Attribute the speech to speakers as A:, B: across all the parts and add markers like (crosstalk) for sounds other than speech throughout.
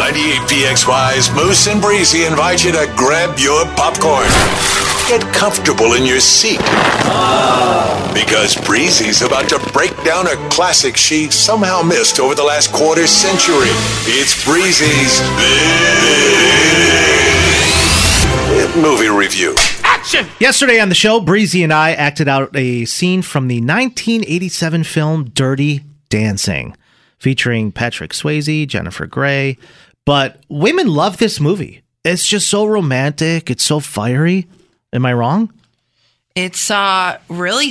A: 98PXY's Moose and Breezy invite you to grab your popcorn. Get comfortable in your seat. Because Breezy's about to break down a classic she somehow missed over the last quarter century. It's Breezy's Big Movie Review.
B: Yesterday on the show, Breezy and I acted out a scene from the 1987 film Dirty Dancing, featuring Patrick Swayze, Jennifer Grey. But women love this movie. It's just so romantic. It's so fiery. Am I wrong?
C: It's uh, really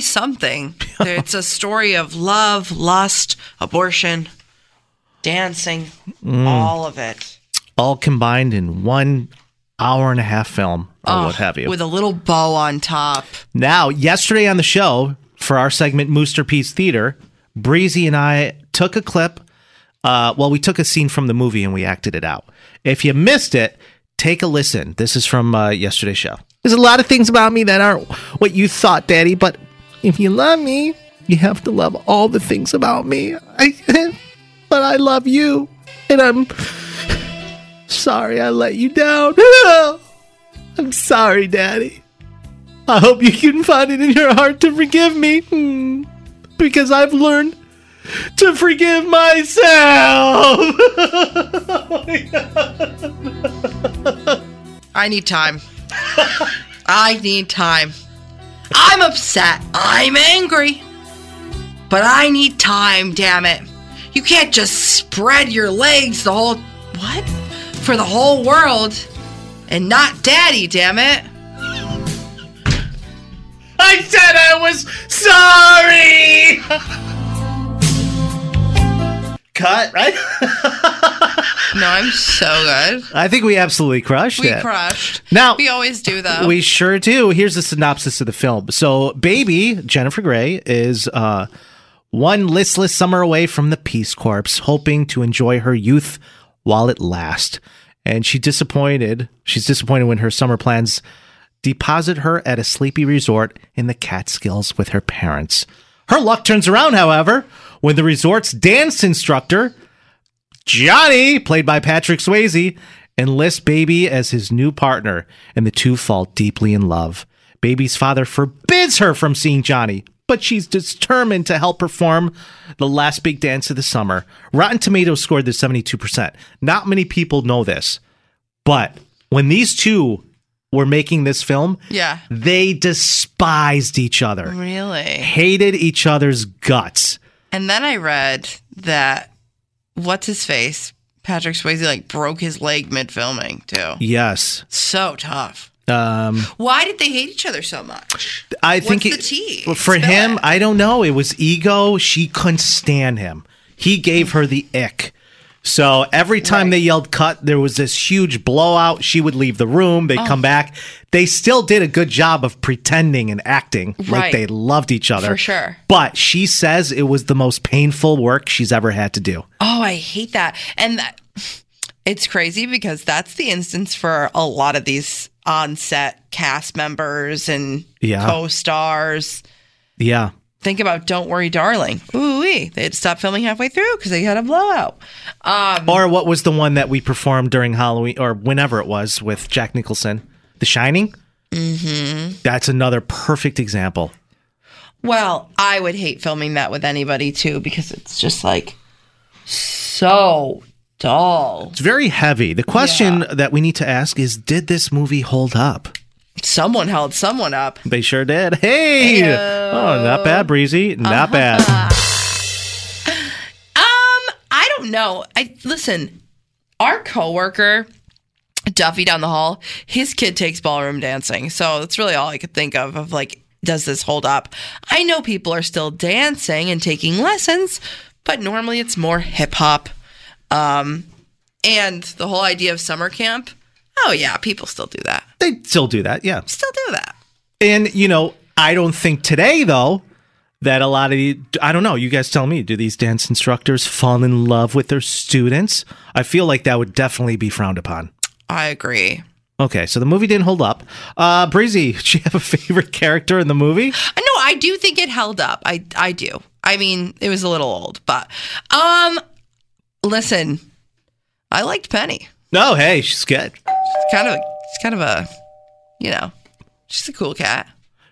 B: (laughs)
C: something. it's a story of love, lust, abortion, dancing,
B: Mm.
C: all of it.
B: All combined in one hour and a half film or
C: Oh,
B: what have you.
C: With a little bow on top.
B: Now, yesterday on the show for our segment Mooster Piece Theater, Breezy and I took a clip. Uh, well, we took a scene from the movie and we acted it out. If you missed it, take a listen. This is from uh, yesterday's show. There's a lot of things about me that aren't what you thought, Daddy, but if you love me, you have to love all the things about me. I, (laughs) but I love you, and I'm (sighs) sorry I let you down. (laughs) I'm sorry, Daddy. I hope you can find it in your heart to forgive me. Hmm. Because I've learned to forgive myself. (laughs)
C: I need time. I need time. I'm upset. I'm angry. But I need time, damn it. You can't just spread your legs the whole what? For the whole world and not daddy, damn it.
B: I said I was sorry. (laughs) Cut, right? (laughs)
C: No, I'm so good.
B: I think we absolutely crushed
C: We
B: it.
C: crushed.
B: Now-
C: we always do though.
B: We sure do. Here's the synopsis of the film. So, baby Jennifer Grey is uh, one listless summer away from the Peace Corps, hoping to enjoy her youth while it lasts. And she disappointed. She's disappointed when her summer plans deposit her at a sleepy resort in the Catskills with her parents. Her luck turns around, however, when the resort's dance instructor Johnny, played by Patrick Swayze, enlists Baby as his new partner, and the two fall deeply in love. Baby's father forbids her from seeing Johnny, but she's determined to help perform the last big dance of the summer. Rotten Tomatoes scored this 72%. Not many people know this, but when these two were making this film,
C: Yeah.
B: they despised each other,
C: really.
B: hated each other's guts.
C: And then I read that what's his face? Patrick Swayze like broke his leg mid filming too.
B: Yes.
C: So tough.
B: Um,
C: Why did they hate each other so much?
B: I
C: What's
B: think
C: the
B: it-
C: tea?
B: well, for
C: Spill
B: him,
C: it.
B: I don't know. It was ego. She couldn't stand him. He gave her the ick. So every time they yelled cut, there was this huge blowout. She would leave the room.
C: Oh.
B: They'd come back. They still did a good job of pretending and acting like
C: Right.
B: they loved each other.
C: For sure.
B: But she says it was the most painful work she's ever had to do.
C: Oh, I hate that. And that, (sighs) it's crazy because that's the instance for a lot of these on-set cast members and
B: Yeah.
C: co-stars.
B: Yeah.
C: Think about "Don't Worry, Darling." Ooh, wee. they had stopped filming halfway through because they had a blowout.
B: Or what was the one that we performed during Halloween or whenever it was with Jack Nicholson? The Shining? Mm-hmm. That's another perfect example.
C: Well, I would hate filming that with anybody too because it's just like so dull.
B: It's very heavy. The question that we need to ask is Did this movie hold up?
C: Someone held someone up.
B: They sure did. (laughs) Hey! Oh, not bad, Breezy. Not bad.
C: Um, I don't know. I listen. Our coworker, Duffy down the hall, his kid takes ballroom dancing, so that's really all I could think of. Of like, does this hold up? I know people are still dancing and taking lessons, but normally it's more hip hop. Um, And the whole idea of summer camp. Oh yeah, people still do that.
B: They still do that, yeah.
C: Still do that.
B: And you know, I don't think today though that a lot of the, I don't know. You guys tell me. Do these dance instructors fall in love with their students? I feel like that would definitely be frowned upon.
C: I agree.
B: Okay, so the movie didn't hold up. Uh, Breezy, (laughs) do you have a favorite character in the movie?
C: No, I do think it held up. I I do. I mean, it was a little old, but um listen, I liked Penny.
B: No, hey, she's good.
C: It's kind of it's kind of a you know, she's a cool cat.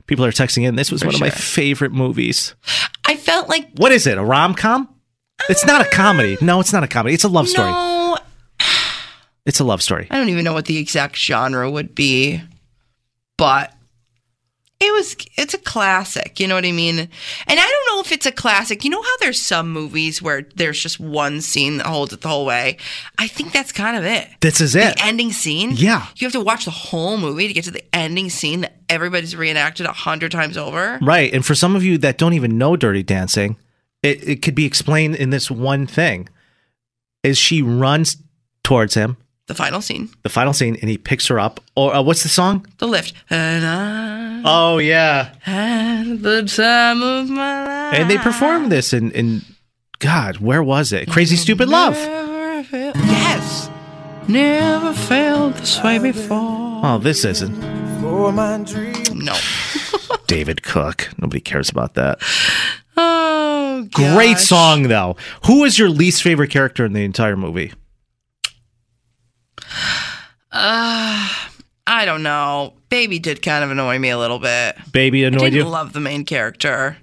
B: People are texting in. This was
C: For
B: one of my
C: sure.
B: favorite movies.
C: I felt like
B: What is it? A rom com? It's not a comedy. No, it's not a comedy. It's a love story.
C: no,
B: It's a love story.
C: I don't even know what the exact genre would be, but it was it's a classic, you know what I mean? And I don't know if it's a classic. You know how there's some movies where there's just one scene that holds it the whole way? I think that's kind of it.
B: This is it.
C: The ending scene?
B: Yeah.
C: You have to watch the whole movie to get to the ending scene that everybody's reenacted a hundred times over.
B: Right. And for some of you that don't even know Dirty Dancing, it, it could be explained in this one thing is she runs towards him,
C: The final scene.
B: the final scene, and he picks her up. Or uh, what's the song?
C: The lift. And I
B: Oh, yeah.
C: had the time of my life.
B: And they performed this in, in God, where was it? Crazy Stupid Love.
C: Never felt- Yes. Never felt this way before.
B: Oh, this isn't.
C: No.
B: David Cook. Nobody cares about that.
C: Oh,
B: Great
C: gosh.
B: song, though. Who is your least favorite character in the entire movie?
C: Ah, I don't know. Baby did kind of annoy me a little bit.
B: Baby
C: I
B: annoyed
C: didn't
B: you?
C: love the main character.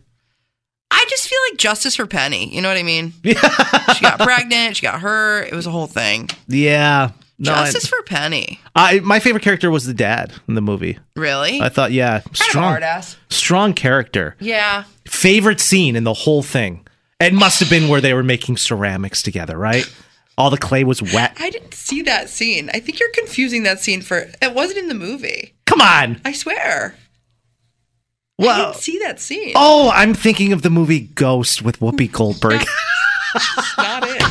C: I just feel like justice for Penny. You know what
B: (laughs)
C: I mean? she got pregnant. She got hurt. It was a whole thing.
B: yeah. No, I-
C: justice for Penny.
B: I, my favorite character was the dad in the movie.
C: Really?
B: I thought, yeah, strong,
C: kind of hard ass.
B: strong character.
C: Yeah.
B: Favorite scene in the whole thing. It must have been where they were making ceramics together, right? All the clay was wet.
C: I didn't see that scene. I think you're confusing that scene for. It wasn't in the movie.
B: Come on.
C: I swear. I
B: Well,
C: didn't see that scene.
B: oh, I'm thinking of the movie Ghost with
C: (laughs)
B: Whoopi Goldberg.
C: not it.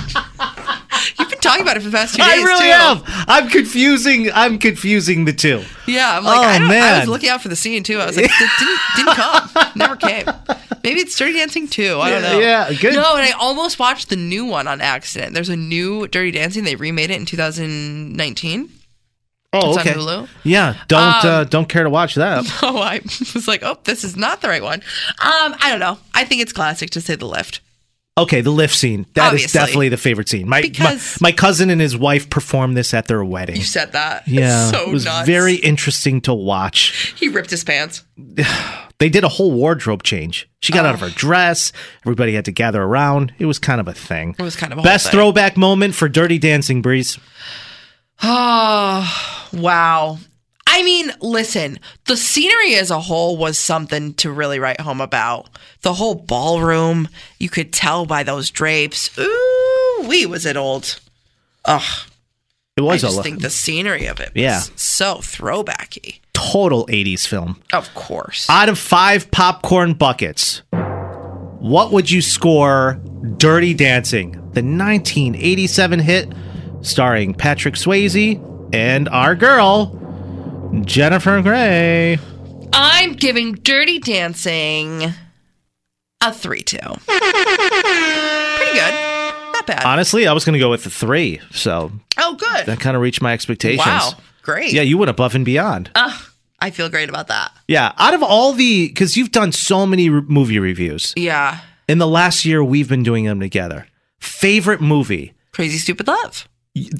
C: You've been talking about it for the past two days.
B: (laughs) I really
C: too.
B: am. I'm confusing. I'm confusing the two.
C: Yeah, I'm like,
B: Oh,
C: I, don't, I
B: man.
C: was looking out for the scene too. I was like, it didn't,
B: (laughs)
C: didn't come, never came. Maybe it's Dirty Dancing too. I don't
B: Yeah,
C: know.
B: yeah, good.
C: No, and I almost watched the new one on accident. There's a new Dirty Dancing. They remade it in 2019.
B: Oh,
C: It's on
B: okay.
C: Hulu? Um,
B: Yeah, don't uh, don't care to watch that.
C: (laughs) Oh, I was like, oh, this is not the right one. Um, I don't know. I think it's classic to say the lift.
B: Okay, the lift scene. That is
C: Obviously.
B: definitely the favorite scene. My, my
C: Because-
B: my cousin and his wife performed this at their wedding.
C: You said that.
B: Yeah,
C: It's so
B: it was
C: nuts.
B: very interesting to watch.
C: He ripped his pants.
B: They did a whole wardrobe change. She got out of her dress. Everybody had to gather around. It was kind of a thing. It
C: was kind of a whole
B: best
C: thing.
B: throwback moment for Dirty Dancing, Breeze.
C: Oh, (sighs) wow. I mean, listen, the scenery as a whole was something to really write home about. The whole ballroom, you could tell by those drapes. Ooh, wee, was it old. Ugh,
B: It
C: I
B: was a
C: just
B: lo-
C: think the scenery of it was
B: Yeah.
C: so throwbacky.
B: total '80s film.
C: Of course.
B: Out of five popcorn buckets, what would you score Dirty Dancing, the 1987 hit starring Patrick Swayze and our girl, Jennifer Grey?
C: I'm giving Dirty Dancing a 3 2. Pretty good. Not bad.
B: Honestly, I was going to go with the three, so
C: oh, good.
B: that kind of reached my expectations.
C: Wow. Uh- Great.
B: Yeah, you went above and beyond.
C: I feel great about that.
B: yeah, out of all the, because you've done so many re- movie reviews
C: Yeah.
B: in the last year, we've been doing them together. Favorite movie?
C: Crazy Stupid Love.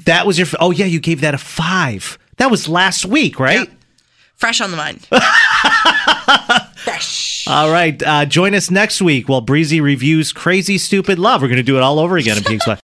B: That was your. F- oh yeah, you gave that a five. That was last week, right?
C: Fresh on the mind. Fresh.
B: All right. Uh, join us next week while Breezy reviews Crazy Stupid Love. We're going to do it all over again in Pink Sweat.